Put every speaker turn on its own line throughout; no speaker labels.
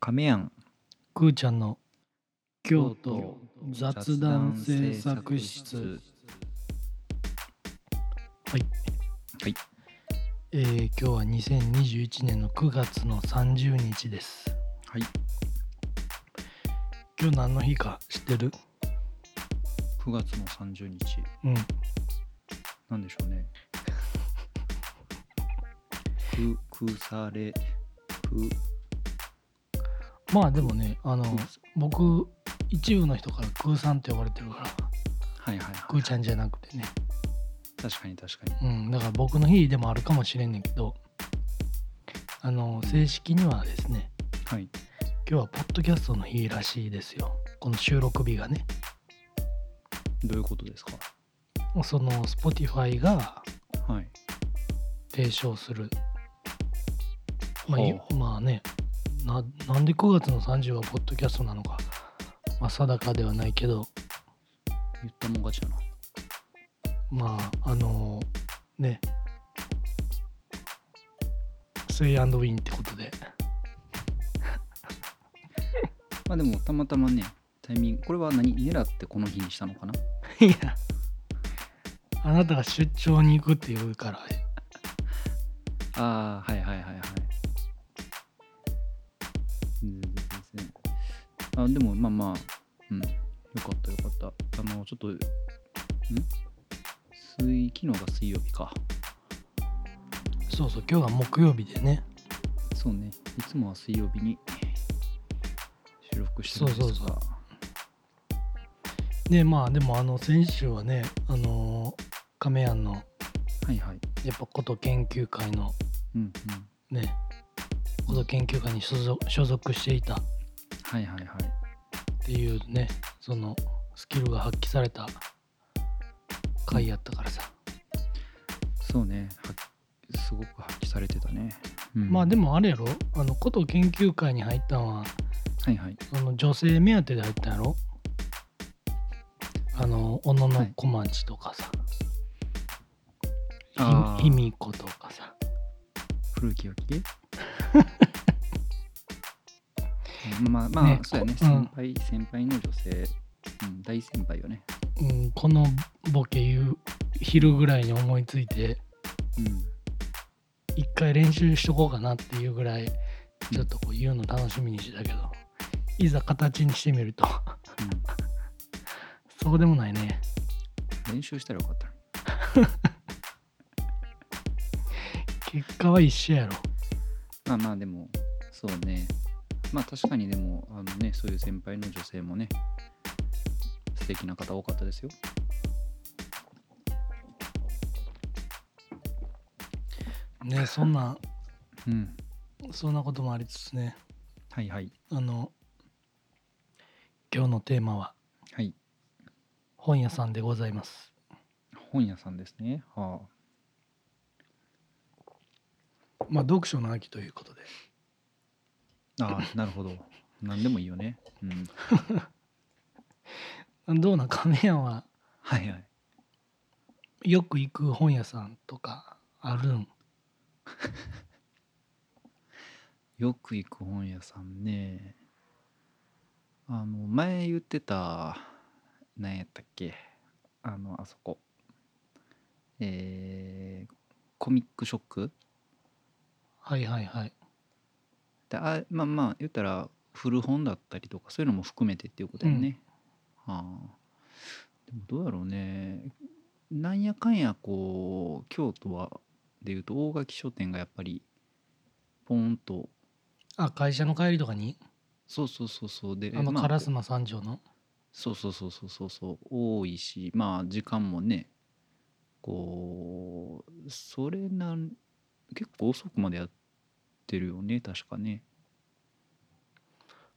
亀庵
くーちゃんの京都雑談制作室はい
はい
えー今日は2021年の9月の30日です
はい
今日何の日か知ってる
9月の30日
うん
なんでしょうねくくされく
まあでもねあの
く
僕一部の人からくーさんって呼ばれてるから
はいはいは
くー
い
ちゃんじゃなくてね
確かに確かに
うんだから僕の日でもあるかもしれんねんけどあの正式にはですね
はい
今日はポッドキャストの日らしいですよこの収録日がね
どういうことですか
その Spotify が
はい
提唱するまあ、
ほう
いまあねななんで9月の30はポッドキャストなのか、まあ、定かではないけど
言ったもん勝ちだな
まああのねスイアンドウィンってことで
まあでもたまたまねタイミングこれは何狙ってこの日にしたのかない
やあなたが出張に行くって言うから
ああはいはいはいはい全然全然あでもまあまあうんよかったよかったあのちょっとん水昨日が水曜日か
そうそう今日は木曜日でね
そうねいつもは水曜日に収録してるんですが
そうそうそうでまあでもあの先週はねあの亀庵の
はいはい
やっぱこと研究会の
うんうん
ねこと研究会に所属所属していたっ
はいはいはい
ていうねそのスキルが発揮された回やったからさ、
そうねはすごく発揮されてたね、うん
まあでもあれやろあのこと研究会に入ったんは
はいはい
その女性目当てで入ったんやろあの小野の小町とかさ
あー
ひひみことかさ
古き良き うんまあまあ、
ね
そうやね
こうん
先輩、先輩の女性、うん、大先輩よね
うん、このボケ言う昼ぐらいに思いついて
うん
一回練習しとこうかなっていうぐらいちょっとこう言うの楽しみにしてたけど、いざ形にしてみると そうでもないね
うん、練習したらよかったのに
結果は一緒やろ
まあまあでもそうねまあ確かにでもあのねそういう先輩の女性もね素敵な方多かったですよ
ねそんな
うん
そんなこともありつつね
はいはい
あの今日のテーマは
はい
本屋さんでございます
本屋さんですねはあ
まあ読書の秋ということで
ああなるほど 何でもいいよねうん
どうなん亀屋は
はいはい
よく行く本屋さんとかあるん
よく行く本屋さんねあの前言ってた何やったっけあのあそこえーコミックショック
はいはいはい
であまあまあ言ったら古本だったりとかそういうのも含めてっていうことやね、はあでもどうやろうねなんやかんやこう京都はでいうと大垣書店がやっぱりポンと
あ会社の帰りとかに
そうそうそうそうで
あの
まあ
烏丸三条の
そうそうそうそうそうそう多いしまあ時間もねこうそれなん結構遅くまでやってるよね確かね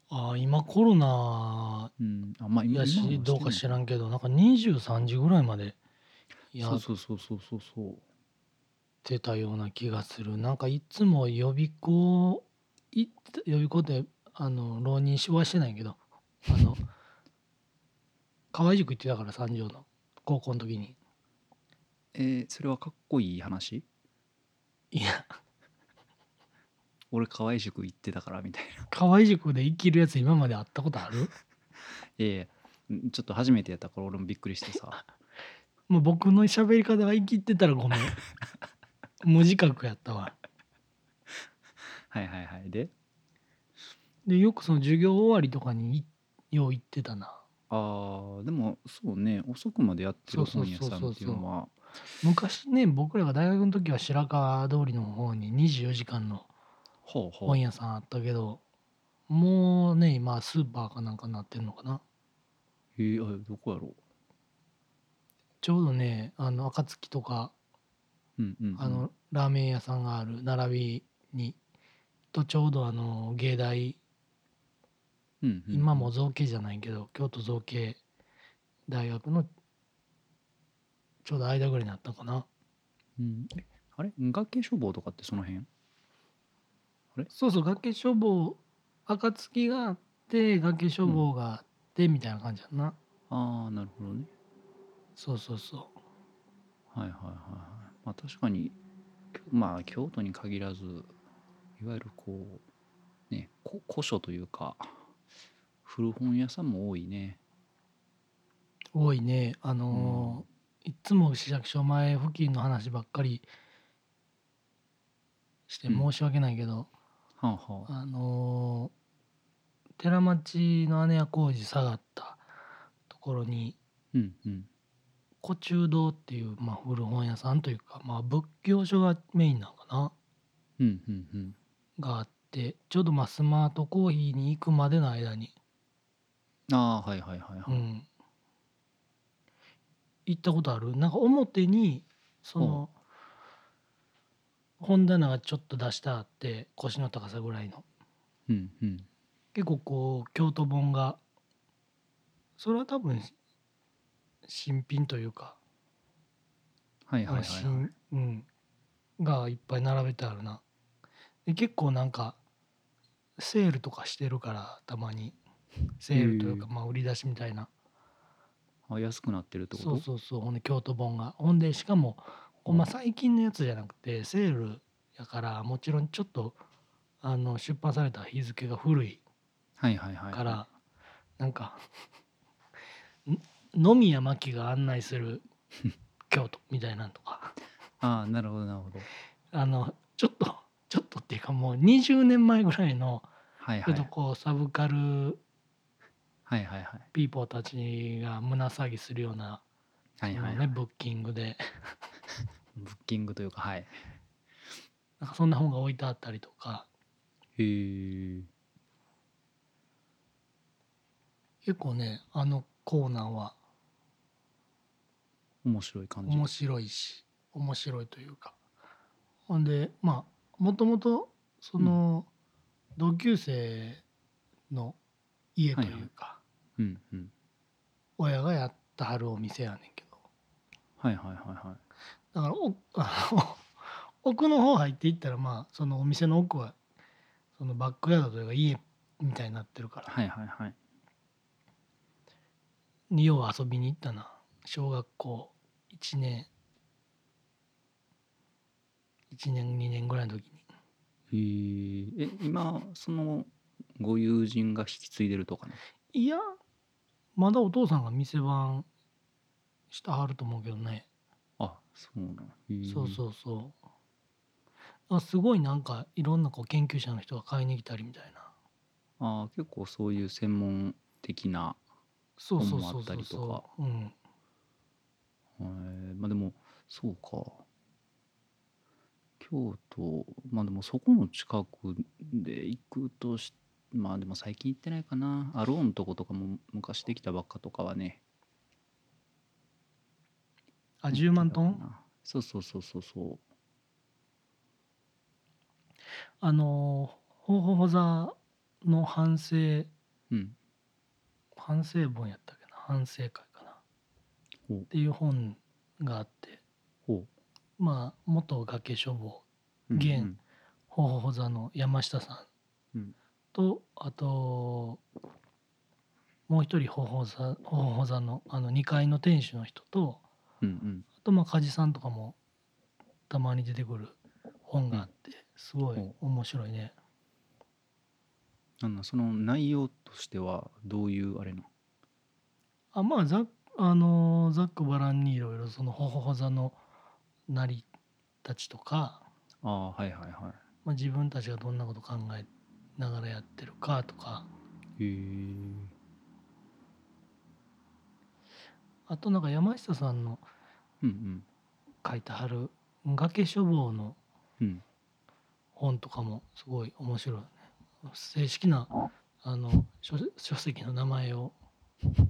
ああ今コロナ
うんあまあ今
や
今は
しどうか
して
知
ない
らんけどなんか23時ぐらいまでや
そ
っ
うそうそうそうそうそう
てたような気がするなんかいつも予備校い予備校ってあの浪人しはしてないけ どあの河合塾行ってたから三条の高校の時に
えーそれはかっこいい話
いや
俺河合塾行ってたからみたいな
河合塾で生きるやつ今まで会ったことある
いやいやんちょっと初めてやったから俺もびっくりして さ
もう僕の喋り方が生きてたらご めん無自覚やったわ
はいはいはいで
でよくその授業終わりとかにいよう行ってたな
あーでもそうね遅くまでやってる本屋さんっていうのは
昔ね僕らが大学の時は白川通りの方に24時間の
ほうほう
本屋さんあったけどもうね今スーパーかなんかなってんのかな
えー、あどこやろ
ちょうどねあの暁とか
ううんうん、うん、
あのラーメン屋さんがある並びにとちょうどあの芸大
うんうん
今も造形じゃないけど京都造形大学のちょうど間ぐらいになったかな
うん、えあれ学級消防とかってその辺
そうそう崖消防暁があって崖消防があってみたいな感じやんな、
ああなるほどね
そうそうそう
はいはいはいはいまあ確かにきょまあ京都に限らずいわゆるこうねこ古書というか古本屋さんも多いね
多いねあのーいつも市役所前付近の話ばっかりして
うん
申し訳ないけど、
はあはあ
あのー寺町の姉屋工事下がったところに
うんうん
古中堂っていう、まあ、古本屋さんというか、まあ、仏教書がメインなのかな
うんうんうん
があってちょうどまあスマートコーヒーに行くまでの間に、
ああはいはいはいは
う
い、
ん、行ったことあるなんか表にその本棚がちょっと出してあって腰の高さぐらいの
うんうん
結構こう京都本がそれは多分新品というか、
はいはいはいはい
新うん、がいっぱい並べてあるなで結構なんかセールとかしてるからたまにセールというか、
へ
まあ売り出しみたいな
あ安くなってるってこ
そ
と
うそうそうほんで京都本がほんでしかも、ほんま最近のやつじゃなくてセールやからもちろんちょっとあの出版された日付が古い
はいはいはい
から、なんかん野宮真紀が案内 する京都みたいなんとか
ああなるほどなるほど
あのちょっとちょっとっていうかもう20年前ぐらいの
はい
ち
は
ょ
い
っとこうサブカル
はいはいはい
ピーポーたちが胸騒ぎするような、
はいはい
あ
は
のね、
い
ブッキングで
ブッキングというかはい
なんかそんな本が置いてあったりとか
へえ
結構ねあのコーナーは
面白い感じ
面白いし面白いというかほんでまあもともとその同級生の家というか、
うんうん
親がやったはるお店やねんけど
はいはいはいはい
だからお あの奥の方入っていったらまあそのお店の奥はそのバックヤードというか家みたいになってるから、
はいはいはい
によう遊びに行ったな小学校1年1年2年ぐらいの時に。
へーえ今そのご友人が引き継いでるとかね
いやまだお父さんが店番してはると思うけどね、
あそうなんへー
そうそうそうあすごいなんかいろんなこう研究者の人が買いに来たりみたいな
あー結構そういう専門的な、
そうそ
本も
うそ
あ
う
った
そう
りと
そう、うん、
えーまあでもそうか京都まあでもそこの近くで行くとしまあでも最近行ってないかなアローンとことかも昔できたばっかとかはね
あ10万ト
行ってた
ン
かなそうそうそうそうそう
あのーほうほうほざの反省
うん
反省本やったっけな反省会かな
ほう
っていう本があって
ほ
まあ元崖消防
ううん
現
うん
ほうほうほざの山下さん、
うん
とあともう一人ほうほうざほうほうほざのあの2階の店主の人と
うん
あとまあ梶さんとかもたまに出てくる本があってすごい
ほ
面白いね。
うんなんなんその内容としてはどういうあれなの
あまあざあのーざっくばらんにいろいろそのほほほ座の成り立ちとか、
ああーはいはいは
まあ、自分たちがどんなこと考えながらやってるかとか
いへえ
あとなんか山下さんの
うん
書いてはる崖書房の
うんうん
本とかもすごい面白いね正式なあの書書籍の名前を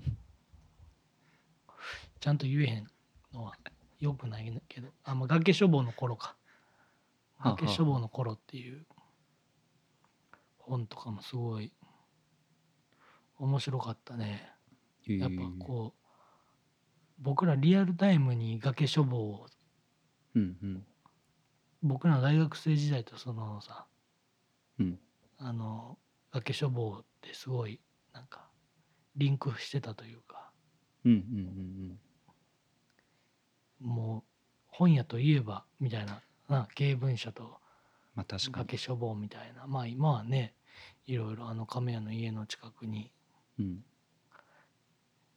ちゃんと言えへんのはよくないけどあ、まあ、崖書房の頃か
はあはあ
崖書房の頃っていう本とかもすごい面白かったね
へえ
やっぱこう僕らリアルタイムに崖書房を
うんうん
僕らの大学生時代とそのさ、
うん
あの崖書房ってすごいなんかリンクしてたというか
うんうん
もう本屋といえばみたいなな芸文社と
まあ確かに
崖書房みたいなまあ今はねいろいろあの亀屋の家の近くに
うん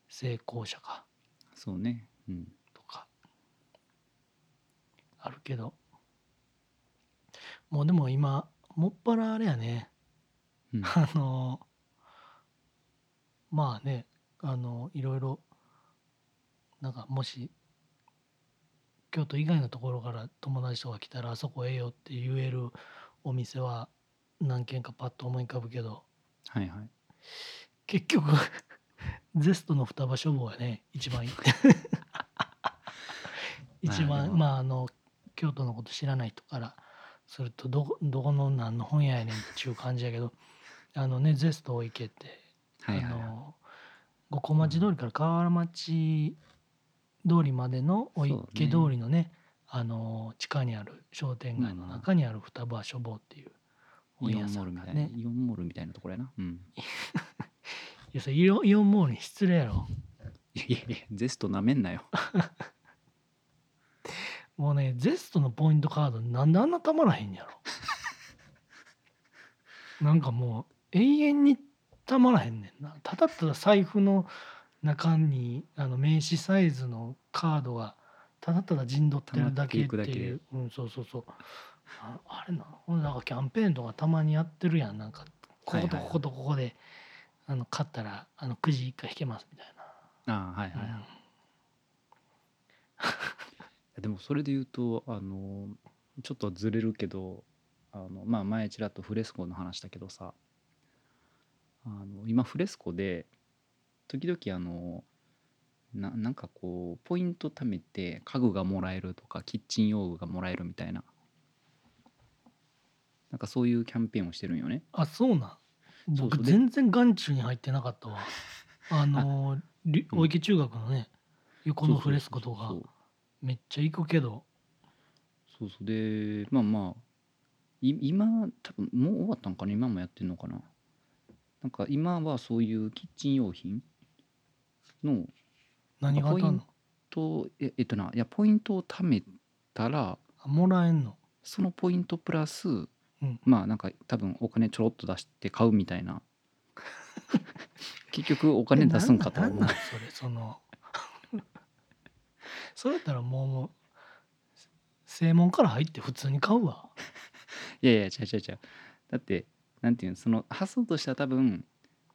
成功者か
そうねうん
とかあるけどもうでも今もっぱらあれやね
うん
あのまあねあのいろいろなんかもし京都以外のところから友達とか来たらあそこええよって言えるお店は何軒かパッと思い浮かぶけど
はいはい
結局 ゼストの双葉書房はね一番いい 一
まあでも
番まああの京都のこと知らない人からするとどこどこの何の本屋やねんっていう感じやけど あのねゼストを行けって
はいはい
あ
はい
の五湖町通りから河原町通りまでのお池通りのねあの地下にある商店街の中にある双葉書房っていう本
イオ
屋
ン
さ
モールみ
ん
た
が
いな
ね
イオンモールみたいなところやなうん
いやそれイオンイオンモールに失礼やろ
いやいやいやゼストなめんなよ
もうねゼストのポイントカードなんであんなたまらへん やろなんかもう永遠にたまらへんねんなただただ財布の中にあの名刺サイズのカードがただただ陣取ってるだけって
溜まってい
いう
く
うん、そうそうそうああれなほんでなんかキャンペーンとかたまにやってるやんなんかこことこことここで、あの勝ったらあのくじ1回引けますみたい
ああはい
な、
はいはいでもそれで言うとあのちょっとずれるけどあの、まあ、前ちらっとフレスコの話だけどさあの今フレスコで時々あのななんかこうポイント貯めて家具がもらえるとかキッチン用具がもらえるみたいななんかそういうキャンペーンをしてるんよね。
あそうなん
そう
僕
で
全然眼中に入ってな かったわあのーり
うん
大池中学のね横の
そうそうそうそう
フレスコとかめっちゃ行くけど
そうそうでまあまあい今多分もう終わったんかな今もやってんのかななんか今はそういうキッチン用品の
何があった
ポイン
の
とええっとないやポイントを貯めたら
あもらえんの
そのポイントプラス、
ん
まあなんか多分お金ちょろっと出して買うみたいな結局お金出すんかと
な
は
ん
思
な
うん
なんそれその それやったらもうもう正門から入って普通に買うわ
いやいや違う違う違うだってなんていうのその発想としては多分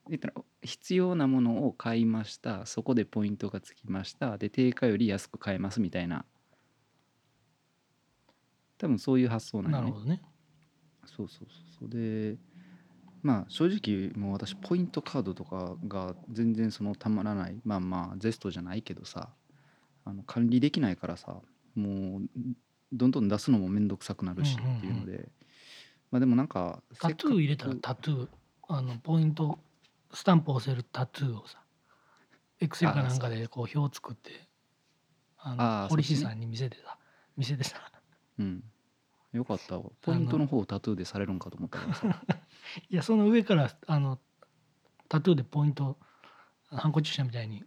言ったら必要なものを買いましたそこでポイントがつきましたで定価より安く買えますみたいな多分そういう発想なん
な
よ
る
ね
ほどね
そうそうそうそうでまあ正直もう私ポイントカードとかが全然そのたまらないまあまあゼストじゃないけどさあの管理できないからさもうどんどん出すのも面倒くさくなるし
うんうんうん
っていうので、まあでもなんか
タトゥー入れたら
せっか
タトゥーあのポイントスタンプ押せるタトゥーをさエクセルかなんかでこう表作ってあの
あー
堀市
そっちね
さんに見せてさ見せてさ
くうんよかったわポイントの方をタトゥーでされるんかと思ったから さ
いやその上からあのタトゥーでポイントハンコ注射みた いに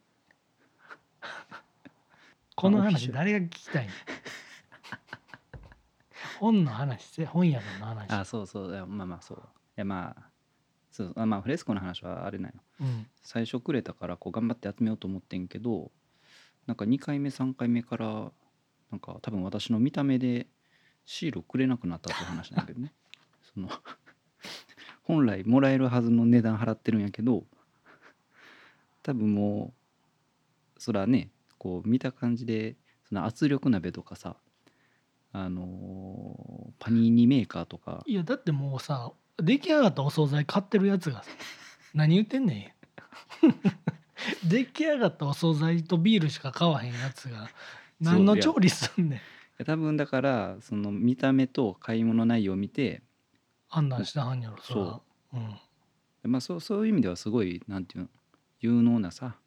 この
オフィシャ
話
ル
誰が聞きた いの本の話せ本屋さんの話
あそうそういやまあまあそういやまあそうあまあフレスコの話はあれなんよ
うん
最初くれたからこう頑張って集めようと思ってんけどなんか2回目3回目からなんか多分私の見た目でシールをくれなくなったって話なんやけどね その本来もらえるはずの値段払ってるんやけど多分もうそらねこう見た感じでその圧力鍋とかさあのーパニーニメーカーとか
いやだってもうさ出来上がったお惣菜買ってるや つがさ何言ってんねん 出来上がったお惣菜とビールしか買わへんやつが何の調理すんねん
多分だからその見た目と買い物内容を見て
判断してはんやろそ
そ
らうん
まあ、そうそういう意味ではすごいなんていうの有能なさ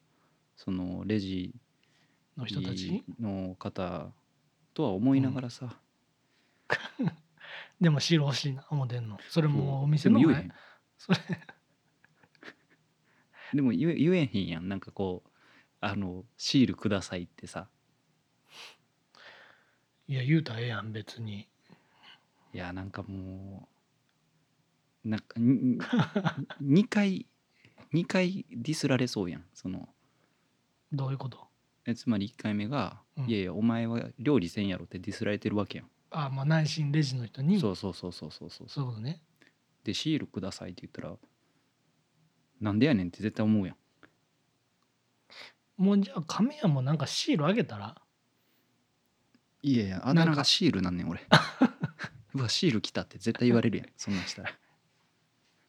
そのレジ
の人たち
の方とは思いながらさ、
でもシール欲しいな思てんのそれもうお店
で
の
も言えへ
前
ん
それ
でも言え言えへんやんなんかこうあのシールくださいってさ
いや言うたらええやん別に
いやなんかもうなんか に2回2回ディスられそうやんその
どういうこと
えつまり1回目が、
うん
いやいやお前は料理せんやろ」ってディスられてるわけやん、
あまあ内心レジの人にそ
そううそうそうそうそうそう
いうことね
でシールくださいって言ったらなんでやねんって絶対思うやん
もうじゃあ亀屋もなんかシールあげたら
いやいやあだ名がシールなんねん俺 うわシール来たって絶対言われるやんそんなんしたら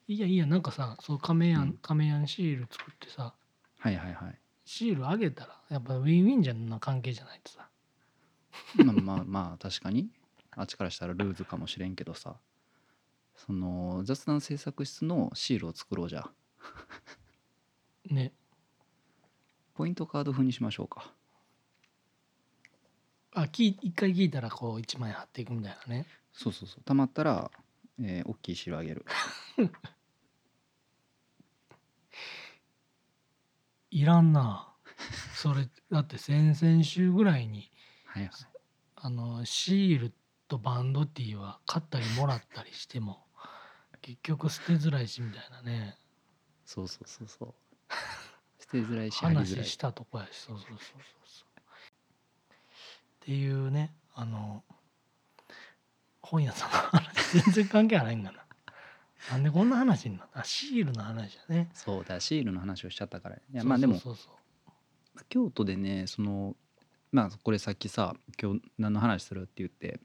いやいやなんかさそう亀屋、
うん
ん、亀屋にシール作ってさ
はいはいはい
シールあげたらやっぱウィンウィンじゃんな関係じゃないとさ
まあまあまあ確かにあっちからしたらルーズかもしれんけどさその雑談制作室のシールを作ろうじゃあ
ね
ポイントカード風にしましょうか
あ聞い一回聞いたらこう一枚貼っていくみたいなね
そうそうそうたまったら、えー、大きいシールあげる
いらんな それだって先々週ぐらいに
はいはい
あのシールとバンドティーは買ったりもらったりしても結局捨てづらいしみたいなね
そうそうそうそう捨てづらいし貼りづら
話
い
したとこやしそうそうそうそうそうっていうねあの本屋さんの話 全然関係あらへんがななんでこんな話になったあシールの話だね
そうだシールの話をしちゃったからいやまあでも
そうそうそう
京都でねそのまあこれさっきさ今日何の話するって言って、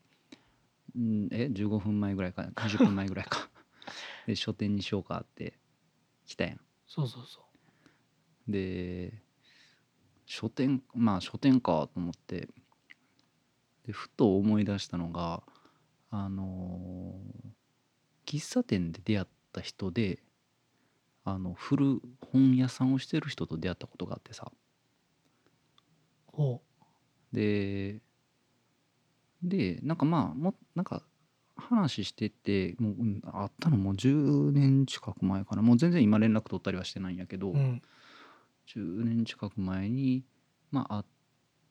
うん、え15分前ぐらいかな20分前ぐらい かで書店にしようかって来たやん
そうそうそう
で書店まあ書店かと思ってでふと思い出したのがあのー喫茶店で出会った人であの古本屋さんをしてる人と出会ったことがあってさ
ほ
ででなんかまあもなんか話しててもううんあったのもう10年近く前かなもう全然今連絡取ったりはしてないんやけど、
ううん
10年近く前に、まあ、会っ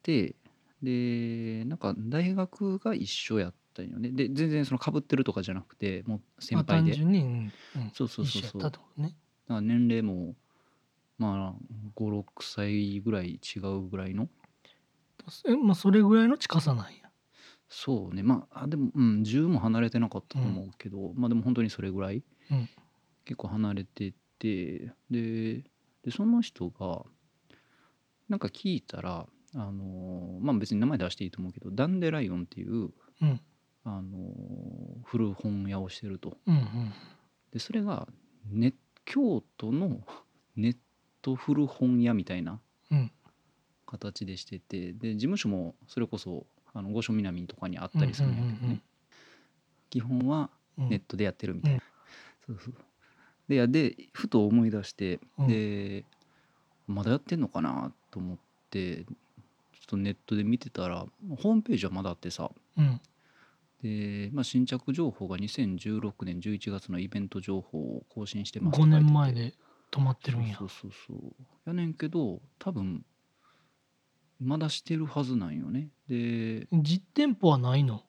てでなんか大学が一緒やったんよねで全然そのかぶってるとかじゃなくてもう先
まあ
輩
単
で、
純にうんうん
そうそうそう
一
そ
緒
う
や
だ
った
か
とね
ら年齢もまあ56歳ぐらい違うぐらいの
えまあそれぐらいの近さなんや
そうねまああでも、うん、10も離れてなかったと思うけど、まあでも本当にそれぐらい、
うん
結構離れててででその人がなんか聞いたらあのーまあ別に名前出していいと思うけどダンデライオンっていう、
うん
あのー古本屋をしてると
うんうん
でそれがね京都の ネット古本屋みたいな
うん
形でしててで事務所もそれこそあの御所南とかにあったりするんやけどね、
うんうんうんうん
基本は
うん
ネットでやってるみたいな、そうそうでいやでふと思い出して、
うん
でまだやってんのかなと思ってちょっとネットで見てたらホームページはまだあってさ
うん
で、まあ、新着情報が2016年11月のイベント情報を更新してます
5年前
っ
で止まって
て
る
書い
ん
てて
や
そうそうそうそうやねんけど多分まだしてるはずなんよねで
実店舗はないの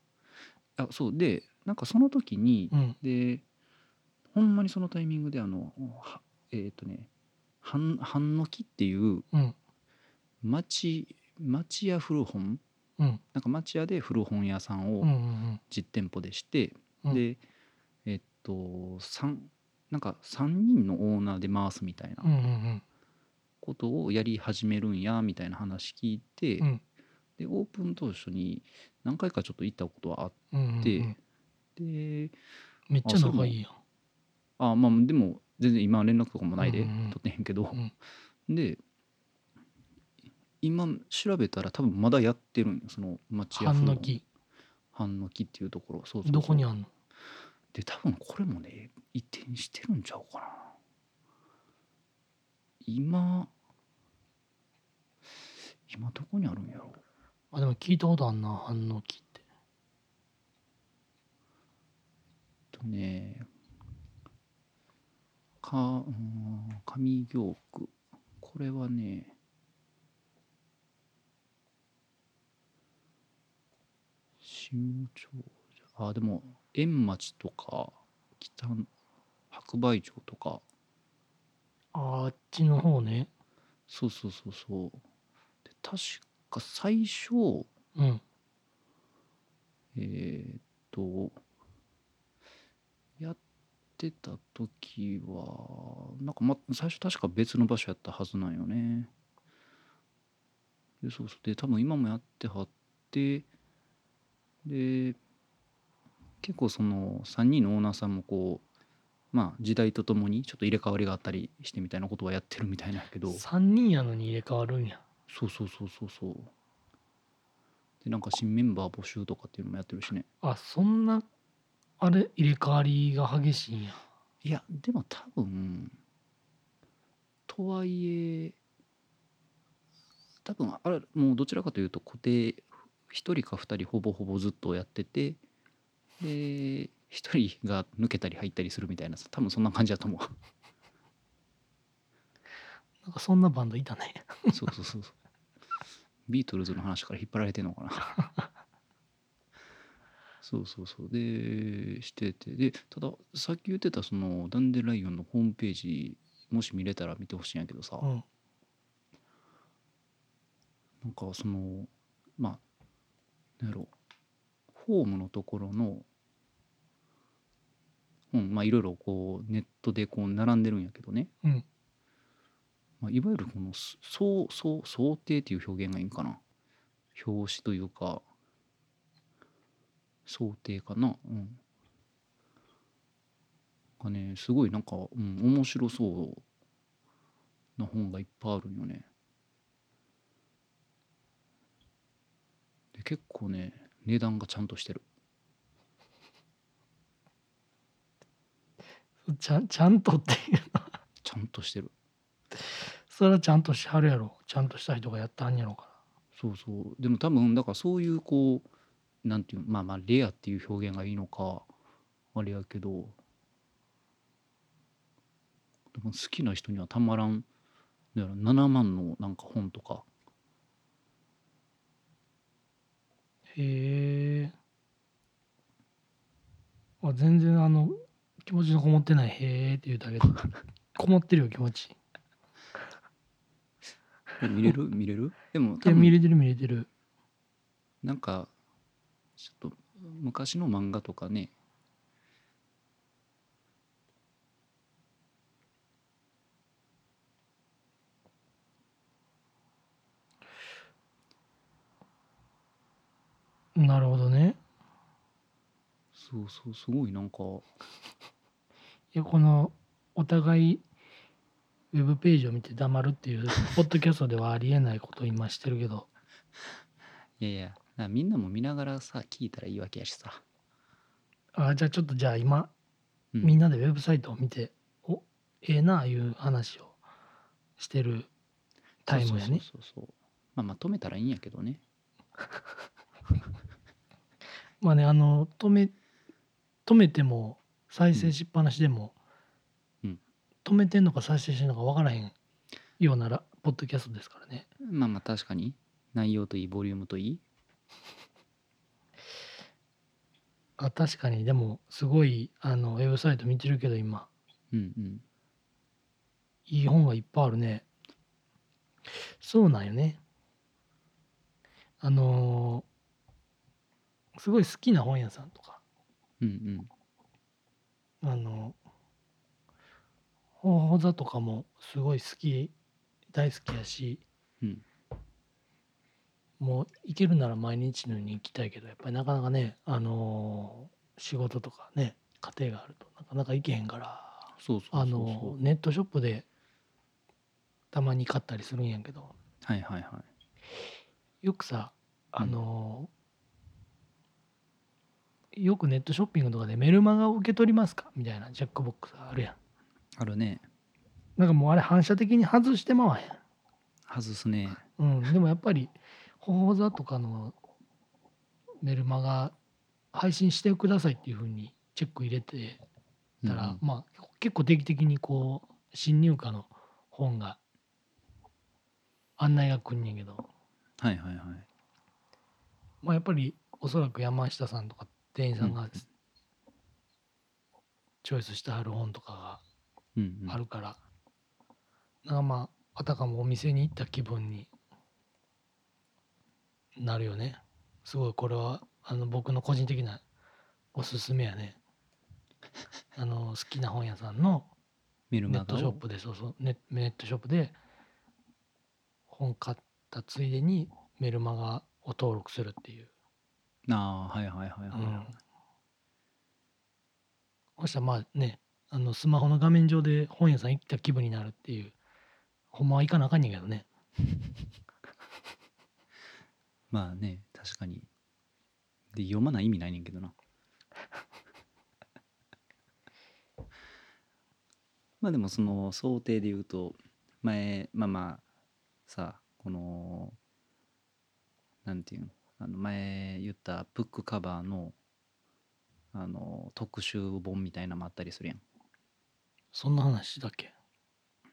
あそうでなんかその時に
うん
でほんまにそのタイミングであのはえっ、とね半半の木っていう
うん
町町屋古本
うん
なんか町屋で古本屋さん
うんうんう
を
ん
実店舗でして、
うん
でえっと三なんか3人のオーナーで回すみたいな
うんうん
ことをやり始めるんやみたいな話聞いて、
うん
でオープン当初に何回かちょっと行ったことはあっ
うんうん
て、
うん
て
めっちゃ仲いいやん
あまあでも全然今連絡とかもないで
うんうんうん
取ってへんけど、で今調べたら多分まだやってるんよその町屋
半の木
半の木っていうところそうそうそう
どこにあんの
で多分これもね移転してるんちゃうかな今今どこにあるんやろ
あでも聞いたことあんな半の木って
えっとねかうん上京区これはね新庁じゃあでも円町とか北の白梅町とか
あっちの方ね
そうそうそうそうで確か最初
うん
えーっとやってた時はなんか、ま、最初確か別の場所やったはずなんよね。でそうそうで多分今もやってはってで結構その3人のオーナーさんもこうまあ時代とともにちょっと入れ替わりがあったりしてみたいなことはやってるみたいなんやけど
3人やのに入れ替わるんや
そうそうそうそうそうでなんか新メンバー募集とかっていうのもやってるしね
あそんなあれ入れ替わりが激しいんや
いやでも多分とはいえ多分あれもうどちらかというと固定1人か2人ほぼほぼずっとやっててで1人が抜けたり入ったりするみたいな多分そんな感じだと思う
なんかそんなバンドいたね
そうそうそうそうビートルズの話から引っ張られてんのかなそうそうそうでしててでたださっき言ってたそのダンデライオンのホームページもし見れたら見てほしいんやけどさ、
うん
なんかそのまあなんやろホームのところのうんまあいろいろこうネットでこう並んでるんやけどね、
うん
まあ、いわゆるこのす想想想定っていう表現がいいんかな表紙というか想定かなうん。がねすごいなんか、うん、面白そうな本がいっぱいあるんよね。で結構ね値段がちゃんとしてる
ちゃんちゃんとっていう
ちゃんとしてる
それはちゃんとしはるやろちゃんとした人がやったんやろうか
そうそうでも多分だからそういうこうなんていうまあまあレアっていう表現がいいのかあれやけどでも好きな人にはたまらんだから7万のなんか本とか
らへえあ全然あの気持ちのこもってない「へえ」って言うだ けでこもってるよ気持ち
え見れる 見れるでも多
で見
分
れてる見れてる
なんかちょっと昔の漫画とかね
なるほどね
そうそうすごいなんか
いやこのお互いウェブページを見て黙るっていうポッドキャストではありえないことを今してるけど
いやいやなみんなも見ながらさ聞いたらいいわけやしさ、
あじゃあちょっとじゃあ今
うん
みんなでウェブサイトを見ておええなあいう話をしてるタイムやね
そうそうそうそうまあまとめたらいいんやけどね
まあねあの止め止めても再生しっぱなしでも、
うん
止めてんのか再生してんのか分からへんようならポッドキャストですからね
まあまあ確かに内容といいボリュームといい
あ確かにでもすごいあのウェブサイト見てるけど今
うんうん
いい本がいっぱいあるねそうなんよねあのーすごい好きな本屋さんとか
うん
あの方法座とかもすごい好き大好きやし、
うん
もう行けるなら毎日のように行きたいけどやっぱりなかなかねあのー仕事とかね家庭があるとなかなか行けへんから
そうそうそうそう
あのーネットショップでたまに買ったりするんやけど
はいはいはい
よくさあのーよくネットショッピングとかでメルマガを受け取りますかみたいなジャックボックスあるやん
あるね
なんかもうあれ反射的に外してまわへ
外すね
ん。 うん、でもやっぱり法座とかのメルマガ配信してくださいっていうふうにチェック入れてたら、
うん
まあ結構定期的にこう新入荷の本が案内が来んねんけど、
はいはいはい
まあ、やっぱりおそらく山下さんとか店員さん
う
がチョイスしてはる本とかが
うんうん
あるから、なんかまああたかもお店に行った気分になるよねすごいこれはあの僕の個人的なおすすめやねあの好きな本屋さんの
メル
ネ
マ
ッ
ガ
ト
を
ショップでそうそうネネットショップで本買ったついでにメルマガを登録するっていう、
ああはいはいはいはい、
うんそしたらまあねあのスマホの画面上で本屋さん行った気分になるっていうほんまは行かなあかんねんけどね
まあね確かにで読まない意味ないねんけどな まあでもその想定で言うと前まあまあさこのなんていうのあの前言ったブックカバーのあの特集本みたいなのもあったりするやん
そんな話だっけ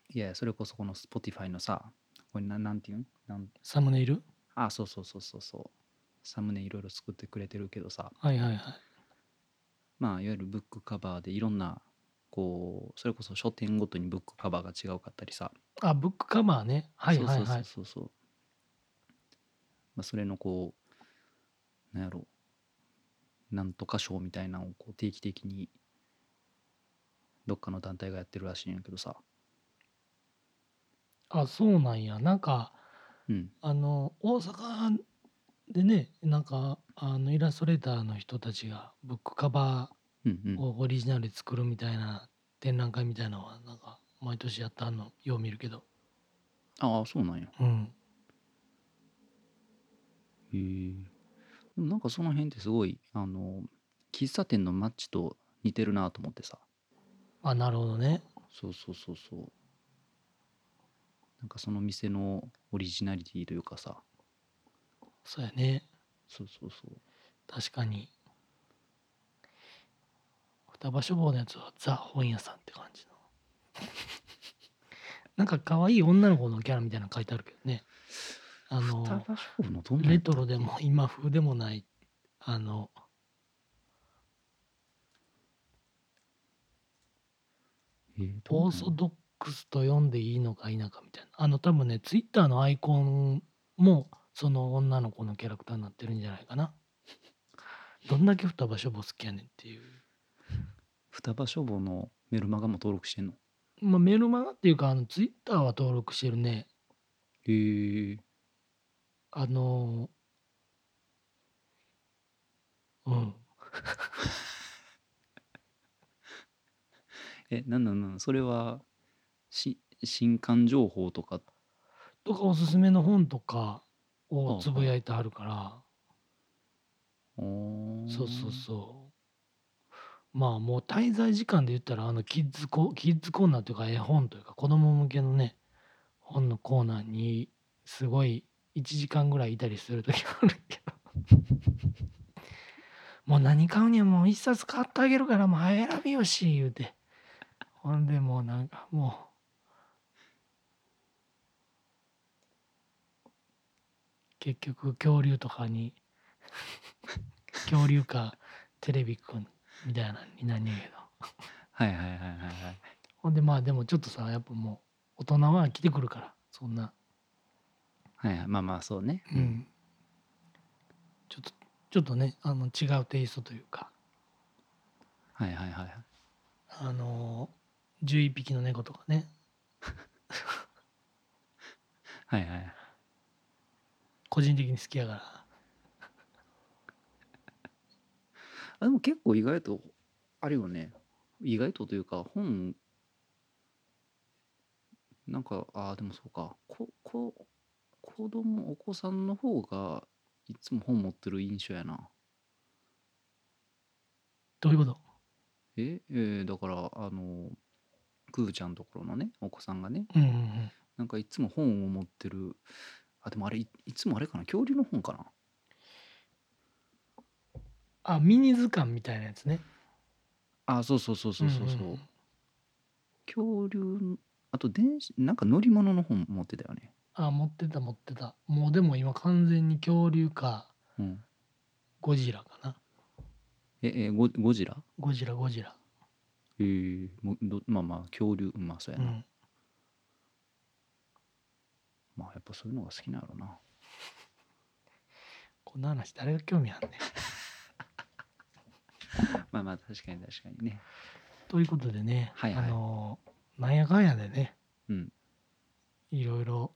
いやいやそれこそこの Spotify のさこれななんていうのなん
サムネイル
あそうそうそうそうそうサムネいろいろ作ってくれてるけどさ
はいはいはい。
まあ、いわゆるブックカバーでいろんなこうそれこそ書店ごとにブックカバーが違うかったりさ、
あ、ブックカバーね。はいはい
そう
は
そうそ
い。
うそうそう、まあ、それのこうなんやろなんとか賞みたいなのをこう定期的にどっかの団体がやってるらしいんやけどさ、
あ、そうなんや。なんか、
うん、
あの、大阪でね、なんか、あのイラストレーターの人たちがブックカバ
うんうん
ーをオリジナルで作るみたいな展覧会みたいなのは、なんか、毎年やったの、よう見るけど。
ああそうなんやへ
うん。
えでもなんかその辺ってすごいあの喫茶店のマッチと似てるなと思ってさ
あ、なるほどね。
そうそうそうそうなんかその店のオリジナリティというかさ
そうやね。
そうそうそう
確かに。双葉書房のやつはザ本屋さんって感じの。 なんか可愛い女の子のキャラみたいなの書いてあるけどね。あ
双
の、
葉書房のどんなんや
レ
った
ト
っけ
ロでも今風でもない、あの、
えーどん
オ
なん
ーソドックスと読んでいいのか否かみたいな。あの、多分ね、ツイッターのアイコンも、その女の子のキャラクターになってるんじゃないかな。どんだけ双葉書房好きやねんっていう。
双葉書房のメルマガも登録してんの
まあ、メルマガっていうか、あの、ツイッターは登録してるね。
へえ
あのーうん
えなんなんなんそれはし新刊情報とか
とかおすすめの本とかをつぶやいてはるから
お
そうそうそうまあもう滞在時間で言ったらあのキッズコキッズコーナーというか絵本というか子供向けのね本のコーナーにすごい1時間ぐらいいたりする時もあるけどもう何買うにはもう1冊買ってあげるからもう早選びよし言うてほんでもうなんかもう結局恐竜とかに恐竜かテレビくんみたいなになんねんけど
はいはいはいはいはい
ほんでまあでもちょっとさやっぱもう大人は来てくるからそんな
はいはいまあまあそうね
うん、ちょっとちょっとねあの違うテイストというか
はいはいはいはい
あの11匹の猫とかね
はいはいはい
個人的に好きやから
あでも結構意外とあるよね意外とというか本なんかあーでもそうかここ子供お子さんの方がいつも本持ってる印象やな
どういうこと
ええーだからあのくーちゃんところのねお子さんがね
うんうんうん
なんかいつも本を持ってるあでもあれいいつもあれかな恐竜の本かな
あミニ図鑑みたいなやつね
あそうそうそうそうそうそう,、
んんん
恐竜のあと電子なんか乗り物の本持ってたよね
あ持ってた持ってたもうでも今完全に恐竜か
うん
ゴジラかな
ええゴゴジラ
ゴジラゴジラ
えー、もうどまあまあ恐竜うんまあそう
う
やな、
ん
まあやっぱそういうのが好きなんやろな
こんな話誰が興味あんねん
まあまあ確かに確かにね
ということでね、
はいはい
あのなんやかんやでね
うん
いろいろ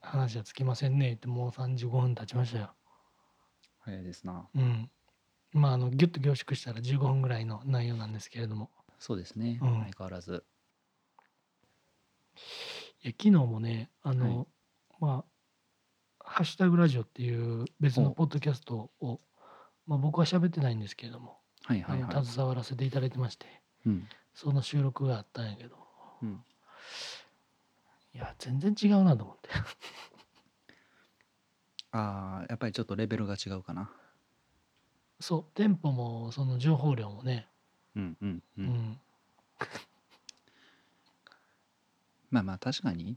話はつきませんねってもう35分経ちましたよ
早いですな
うんまああのギュッと凝縮したら15分ぐらいの内容なんですけれども
そうですね、
うん
相変わらず
いや昨日もねあの、
はい
まあ「ハッシュタグラジオ」っていう別の
お
ポッドキャストを、まあ、僕は喋ってないんですけれども、
はいはい
あ
は
の
い
携わらせていただいてまして
うん
その収録があったんやけど、
うん
いや全然違うなと思って
ああやっぱりちょっとレベルが違うかな
そうテンポもその情報量もね、
うんうんう
うん
ん、まあまあ確かに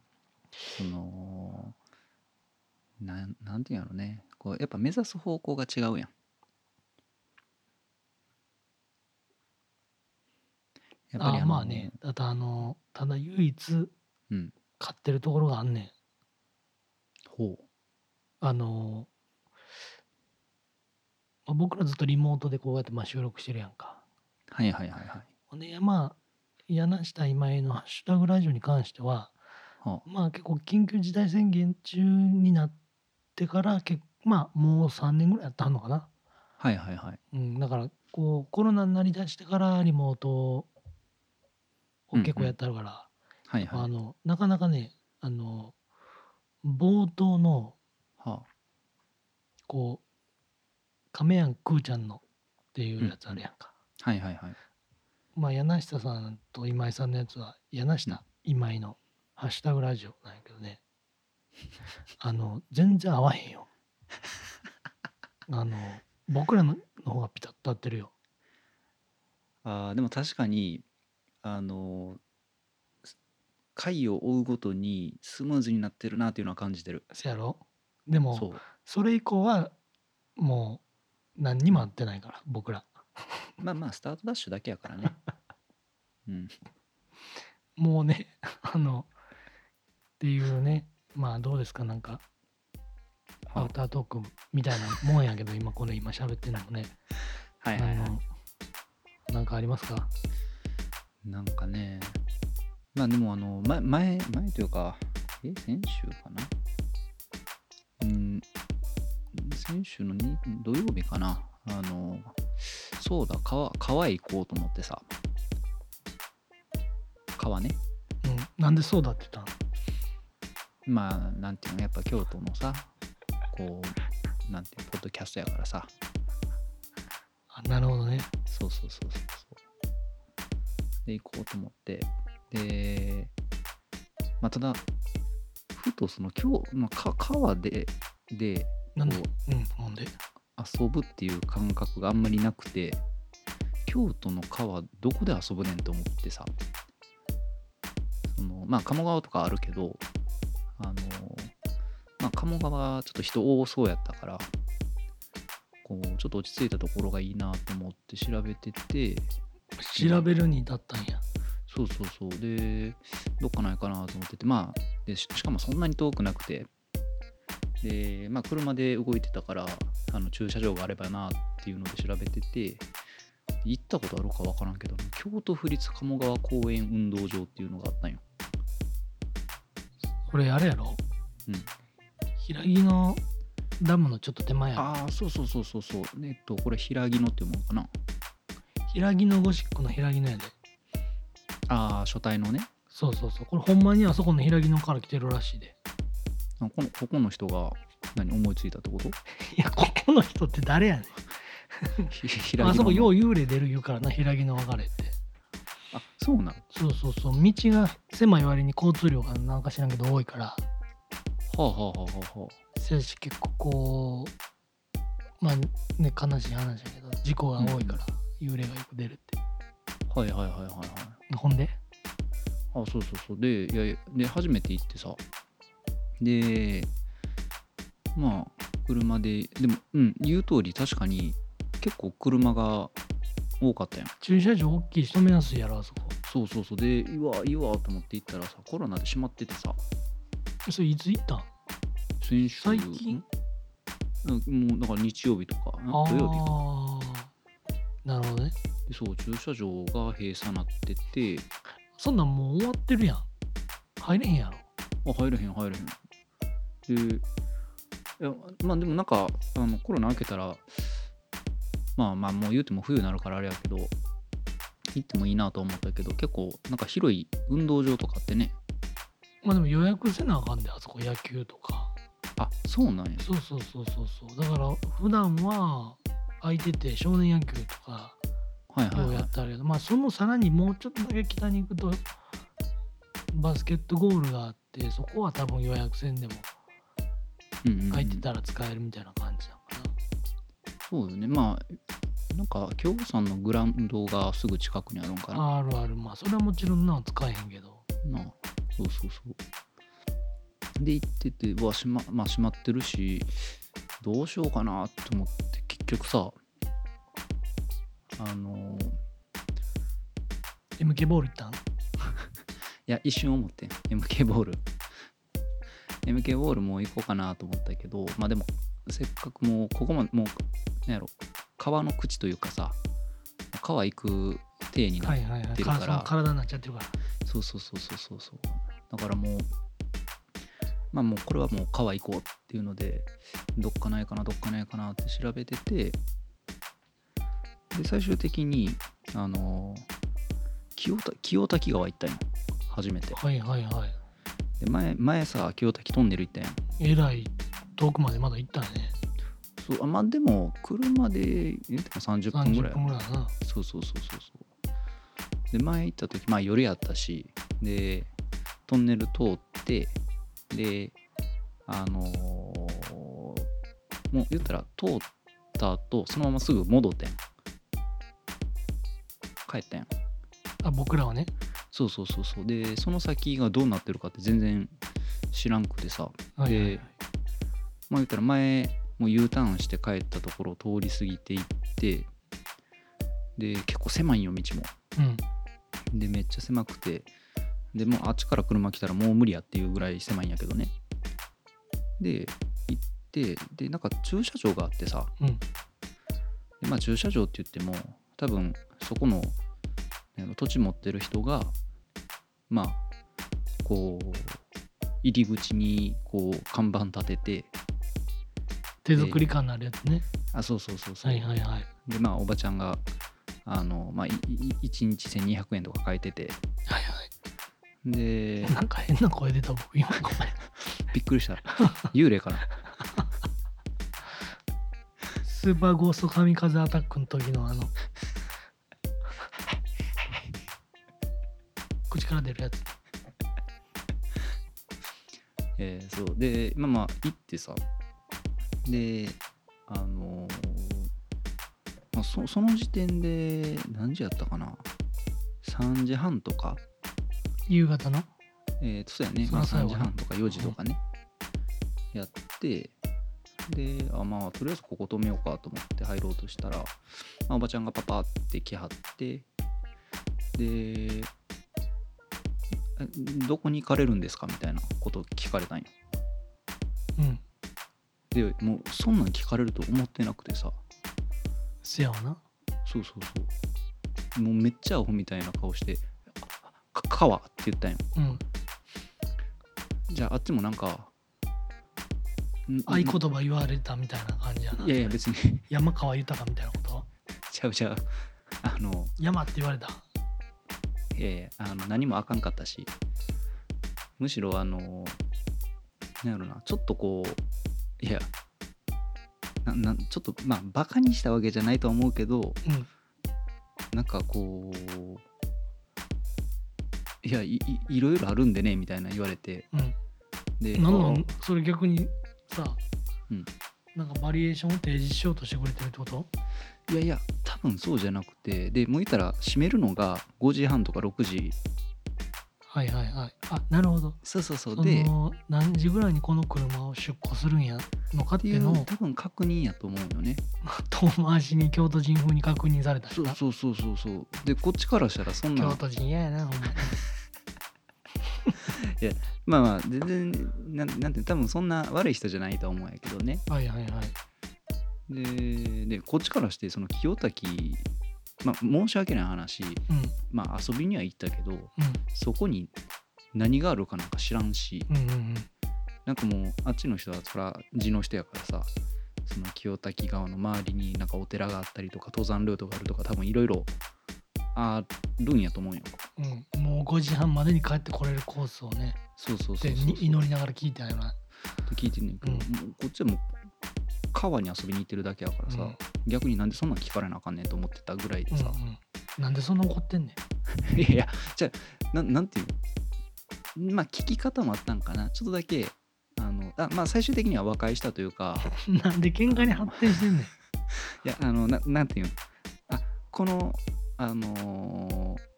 そのなんなんていうんやろねこうやっぱ目指す方向が違うやんやっぱり
あ
の
まあねただあのただ唯一
うん
買ってるところがあんねん
ほう
あの、まあ僕らずっとリモートでこうやってまあ収録してるやんか
はいはいはいはい
ほんでまあ柳下今井の「ハッシュタグラジオ」に関しては
は
まあ結構緊急事態宣言中になってから結まあもう3年ぐらいやったのかな、
あはいはいはい
うん、だからこうコロナになりだしてからリモートを結構やってあるから、
はいはい
あのなかなかねあの冒頭の
は
こう「亀やんくーちゃんの」っていうやつあるやんか、
あはいはいはい
まあ柳下さんと今井さんのやつは柳
うん
下今井の「ハッシュタグラジオ」なんやけどね あの全然合わへんよあの僕らのの方がピタッと合ってるよ
あーでも確かにあのす回を追うごとにスムーズになってるなっていうのは感じてる
せやろでも
そ
そうれ以降はもう何にも合ってないから僕ら
まあまあスタートダッシュだけや からねうん
もうね あのっていうねまあどうですかなんかア
は
ウタートークみたいなもんやけど今これ今喋ってるのね
は
あ
いはいはい
のなんかありますか
なんかねまあでもあの前前前というかえ先週かなうん先週のに土曜日かなあのそうだ川川へ行こうと思ってさ川ね
うん、なんでそうだって言った
まあなんていうのやっぱ京都のさこうなんていうのポッドキャストやからさ
のあなるほどね
そうそうそうそうそう。で行こうと思ってで、まあ、ただふとその今日、まあ、か川でで
なんで
こ
うんほんで
う遊ぶっていう感覚があんまりなくて京都の川どこで遊ぶねんと思ってさそのまあ鴨川とかあるけどあのまあ鴨川はちょっと人多そうやったからこうちょっと落ち着いたところがいいなと思って調べてて
調べるに至ったんや
そうそうそうでどっかないかなと思っててまあでししかもそんなに遠くなくてでまあ車で動いてたからあの駐車場があればなっていうので調べてて行ったことあるか分からんけど、ね、京都府立鴨川公園運動場っていうのがあったんよ
これあれやろ
うん
平木のダムのちょっと手前や
ああそうそうそうそうそうえっとこれ平木野って思うかな
ろ平木のゴシックの平木のやで
ああ書体のね
そうそうそうこれほんまにあそこの平木のから来てるらしいで
あこのここの人が何思いついたって こと
いやここの人って誰やね
ひ
ん
平
あそこ
の
よう幽霊出る言うからな平木の別れって
あそうなんは
そうそうそう道が狭い割に交通量がなんか知らんけど多いから
あはあはあはあは
せやし結構こうまあね悲しい話やけど事故が多いから幽霊がよく出るって、
あはいはいはいはいはい
ほんで
あそうそうそうでいやいやで初めて行ってさでまあ車ででもうん言う通り確かに結構車が多かったやん
駐車場大きいし止めやすいやろあそこ
そうそうそうでいいわいいわと思って行ったらさコロナで閉まっててさ
それいつ行ったん
先週
最近
んもうだから日曜日とかん
あ
土曜日か
あーなるほどね
でそう駐車場が閉鎖なってて
そんなんもう終わってるやん入れへんやろ
あ入れへん入れへんでいやまあでもなんかあのコロナ明けたらまあまあもう言うても冬になるからあれやけど行ってもいいなと思ったけど結構なんか広い運動場とかあってね
まあでも予約せなあかんであそこ野球とか
あそうなんや
そうそうそうそうそうだから普段は空いてて少年野球とか
はいはい
を
はい
やったけど、まあそのさらにもうちょっとだけ北に行くとバスケットゴールがあってそこは多分予約せんでも
うんうんうん
空いてたら使えるみたいな感じだから、
そうよねまあなんか京都さんのグラウンドがすぐ近くにあるんかな
あるあるまあそれはもちろんな使えへんけど
なあそうそうそうで行っててうわしま、まあ、閉まってるしどうしようかなと思って結局さあのーい
MK ボール行ったん
や一瞬思ってん MK ボール MK ボールもう行こうかなと思ったけどまあでもせっかくもうここまでもうなんやろ川の口というかさ川行く体になっ
はいはいは
出る
い
から
体の体になっちゃってるから
そうそうそうそうそうそうだからもうまあもうこれはもう川行こうっていうのでどっかないかなどっかないかなって調べててで最終的にあの清田清滝川行ったんよ初めて
はいはいはい
で前前さ清滝トンネル行ったんやん
えらい遠くまでまだ行ったね
そうあまあでも車で言っても30分ぐらい
30分ぐらいやな
そうそうそうそうそうで前行った時まあ夜やったしでトンネル通ってであのーもう言ったら通った後そのまますぐ戻ってん帰ったん
あ僕らはね
そうそうそうそうでその先がどうなってるかって全然知らんくてさ
はいはいはい
でまあ言ったら前もう U ターンして帰ったところを通り過ぎていってで結構狭いんよ道も
うん
でめっちゃ狭くてでもうあっちから車来たらもう無理やっていうぐらい狭いんやけどねで行ってでなんか駐車場があってさ、
うん
でまあ駐車場って言っても多分そこのあの土地持ってる人がまあこう入り口にこう看板立てて
手作り感のあるやつね、
あそうそうそうそう、
はいはいはい
でまあおばちゃんがあの、まあ、いい1日1200円とか書いてて
はいは
で
いなんか変な声出た僕今ごめん
びっくりした幽霊かな
スーパーゴースト神風アタックの時のあ の口から出るやつ
えーそうでまあまあ行ってさであのーまあ、そその時点で何時やったかな3時半とか
夕方の
えーとそうやね、
そ
ま
ら
あ、
そうや
3
わ
時半とか4時とかね、やってであまあとりあえずここ止めようかと思って入ろうとしたら、まあおばちゃんがパパって来はってであどこに行かれるんですかみたいなことを聞かれたんよ
うん
でもうそんなん聞かれると思ってなくてさ
せやわな
そうそうそうもうめっちゃアホみたいな顔して「か川」って言ったんよ
うん
じゃああっちもなんかん
合言葉言われたみたいな感じやない
やいや別に
山川豊みたいなこと
ちゃうちゃうあの
山って言われた
いやいやあの何もあかんかったしむしろあのなんやろなちょっとこういやななんちょっとまあバカにしたわけじゃないとは思うけど
うん
なんかこういやいいいろいろあるんでねみたいな言われて
うん
で
なんな
あ
んそれ逆にさ、
うん
なんかバリエーションを提示しようとしてくれてるってこと
いやいや多分そうじゃなくてでもう言ったら閉めるのが5時半とか6時
はいはいはいあなるほど
そうそうそ
そう
でっ
の何時ぐらいにこの車を出庫するんやのかっててい
いう
の
う
を
多分確認やと思うよね
遠回しに京都人風に確認されたし
そう
な
そうそうそうそうでこっちからしたらそんな
京都人嫌やなほんまに
まあまあ全然なんなんて多分そんな悪い人じゃないとは思うんやけどね
はいはいはい
ででこっちからしてその清滝まあ申し訳ない話
うん
まあ遊びには行ったけどそこに何があるかなんか知らんし
うんうんうん
なんかもうあっちの人はそら地の人やからさその清滝川の周りになんかお寺があったりとか登山ルートがあるとか多分いろいろあるんやと思うんよ
うんうんもう5時半までに帰ってこれるコースをね
そうそうそ
で
うそう
に祈りながら聞いてないな
って聞いてんねんけど、
うん
もうこっちはもう川に遊びに行ってるだけやからさ、
うん
逆になんでそんなん聞かれなあかんねんと思ってたぐらいで
うんう
さ、
んなんでそんな怒ってんねん
いやいやじゃあななんていうのまあ聞き方もあったんかなちょっとだけあのあまあ最終的には和解したという か
なんで喧嘩に発展してんねん
いやあのななんていうのあこのあの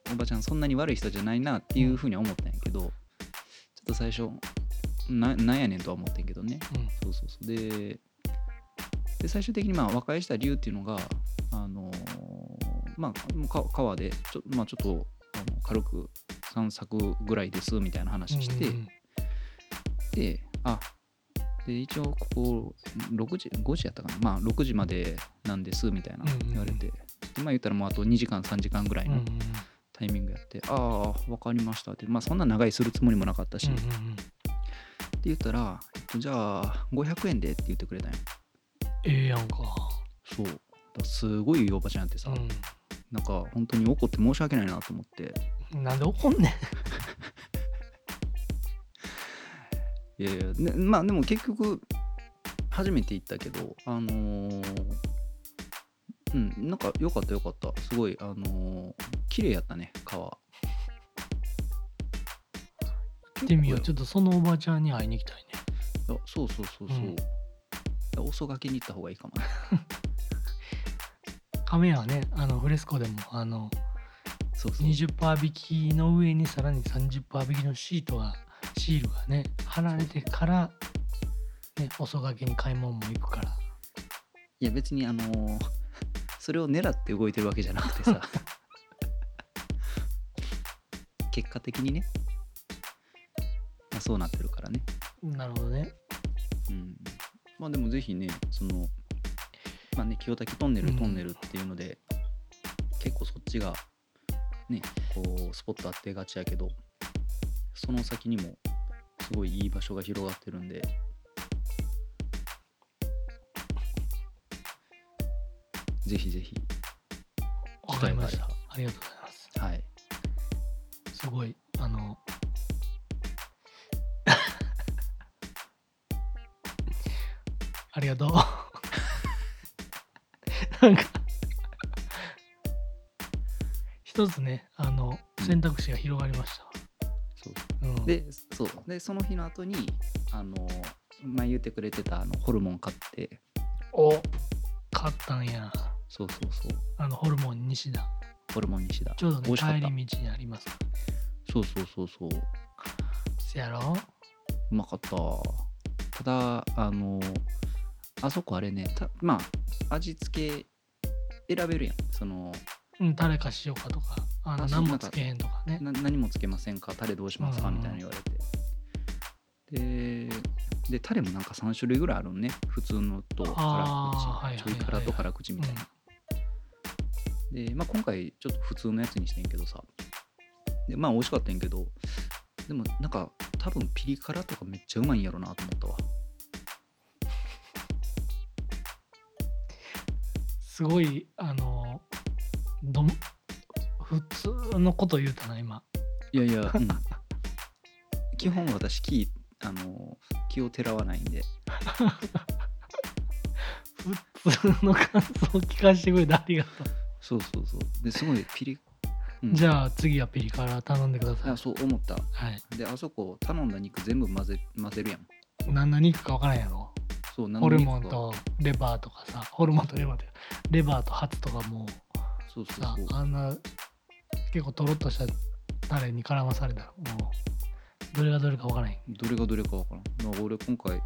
ーおばちゃんそんなに悪い人じゃないなっていうふうには思ったんやけど、ちょっと最初ななんやねんとは思ってんけどね
うん
そうそうそうでで最終的にまあ和解した理由っていうのがあのーまあもうか川でちょ,、まあ、ちょっとあの軽く散策ぐらいですみたいな話して、
うんうん
であで一応ここ6時5時やったかなまあ6時までなんですみたいな
うんうんうん
言われて、でまあ言ったらもうあと2時間3時間ぐらい
うんう
の
ん
タイミングやって、ああ分かりましたってまあそんな長いするつもりもなかったし、
うん
って
うんうん
言ったら、えっと、じゃあ500円でって言ってくれたんよ
ええやんか
そうだからすごいいいおばちゃんやってさ、
う
なんか本当に怒って申し訳ないなと思って
んなんで怒んねん
いやいや、ね、まあでも結局初めて行ったけどあのーうんなんか良かった良かったすごいあのー綺麗やったね川
行ってみよう
結
ちょっとそのおばちゃんに会いに行きたいね
構いやそうそうそうそう、
うん
いや遅がけに行った方がいいかもね
亀はねあのフレスコでもあの
そうそう
20%引きの上にさらに30%引きのシートがシールがね貼られてから、ね、遅がけに買い物も行くから
いや別にあのー それを狙って動いてるわけじゃなくてさ結果的にね、まあ、そうなってるからね
なるほどね
うん、まあでもぜひねそのまあね清滝トンネル
うん
トンネルっていうので、結構そっちがねこうスポット当てがちやけどその先にもすごいいい場所が広がってるんでぜひぜひ
わかりまし
機会が
た
あれ
ありがとうございます
ばはい
すごいあのありがとう なんか一つねあの
うん
選択肢が広がりました
そう
わ、うん、
でそうでその日の後にあの前言ってくれてたあのホルモン買って
お勝ったんや
そうそうそう
あのホルモン西田
ホルモン西田
ちょうど
美
ね
味しかっ
帰
た
り道にありますから
そうそうそうそう
せやろ
うまかったただあのあそこあれねたまあ味付け選べるやんその
うん、タレかしようかとかあの
あそう
何もつけへんとかね
な何もつけませんかタレどうしますか
うん
みたいな言われてででタレもなんか3種類ぐらいあるんね普通のと辛口、
あーはいはいはい
ちょい辛と辛口みたいな、で、まあ、今回ちょっと普通のやつにしてんけどさでまあ美味しかったんやけどでもなんか多分ピリ辛とかめっちゃうまいんやろなと思ったわ
すごいあのどん普通のこと言うたな今
いやいや、うん、基本私気あの気をてらわないんで
普通の感想を聞かせてくれてありがとう、
そうそうそうですごいピリ、うん
じゃあ次はピリ辛頼んでください
あそう思った
はい
であそこ頼んだ肉全部混ぜ混ぜるやん
何の肉か分からんやろ
そう何
ホ
の
ル
肉
モン
か
とレバーとかさホルモンとレバーってレバーとハツとかも
そうそう
さ
そう
あんな結構とろっとしたタレに絡まされたらもうどれがどれか分からへん
どれがどれかわからんだから俺今回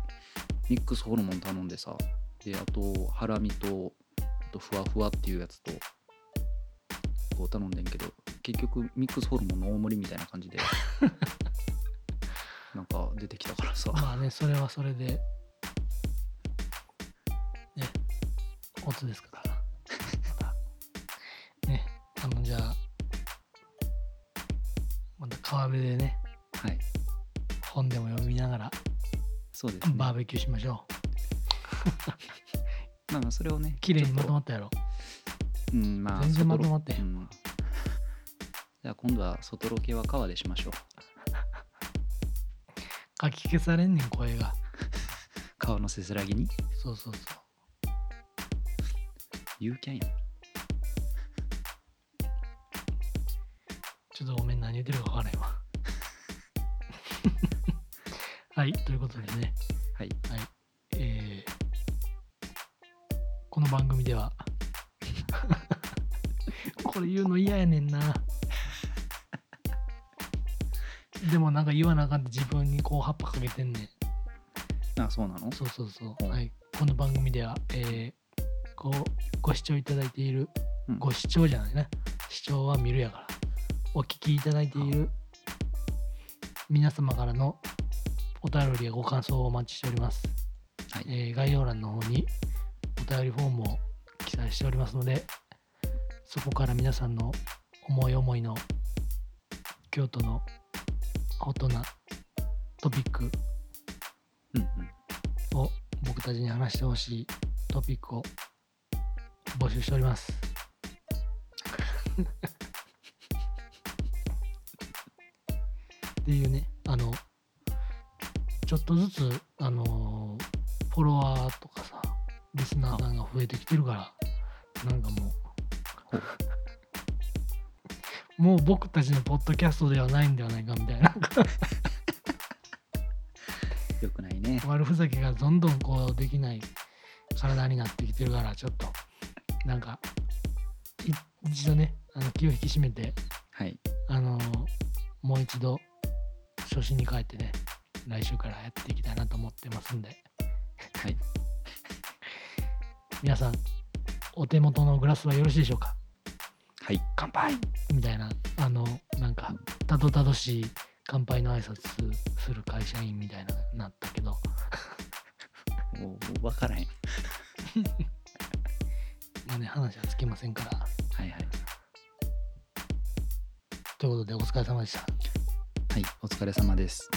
ミックスホルモン頼んでさであとハラミとあとふわふわっていうやつとこう頼んでんけど結局ミックスホルモンの大盛りみたいな感じ でなんか出てきたからさ
まあね、それはそれで、ね、オツですから。 またね、あの、じゃあ、また川辺でね、
はい
本でも読みながら
そうですね
バーベキューしましょう。
まあまあそれをね
綺麗にまとま
っ
ったやろ。
とうんまあ
全然ま
外ロ
とまってへん
うん じゃあ今度は外ロケは川でしましょう
かき消されんねん、声が。
川のせせらぎに
そうそうそう。
You can やん
ちょっとごめん、何言ってるか分からないわ。 はい、ということでね、
はい
えーこの番組では、 これ言うの嫌やねんな。でもなんか言わなあかんって自分にこう葉っぱかけてんねん。
あそうなの
そうそうそうう。
ん
はい、この番組では、えーこうご視聴いただいている、
うん
ご視聴じゃないな。視聴は見るやから。お聞きいただいている皆様からのお便りやご感想をお待ちしております。
はい
えー概要欄の方にお便りフォームを記載しておりますので、そこから皆さんの思い思いの京都のホットなトピック
うんうん
を僕たちに話してほしいトピックを募集しております。 っていうね、あの、ちょっとずつ、あのーフォロワーとかさ、リスナーさんが増えてきてるから、なんかも
ほう
う、 もう僕たちのポッドキャストではないんではないかみたいな、
よくないね
悪ふざけがどんどんこうできない体になってきてるからちょっとなんかい一度ねあの気を引き締めて
はい
あのもう一度初心に帰ってね来週からやっていきたいなと思ってますんで
はい
皆さんお手元のグラスはよろしいでしょうか
はい
乾杯みたいなあのなんかたどたどしい乾杯の挨拶する会社員みたいななったけど
もう分からへん
まあね話はつきませんから
はいはい
ということでお疲れ様でした
はいお疲れ様です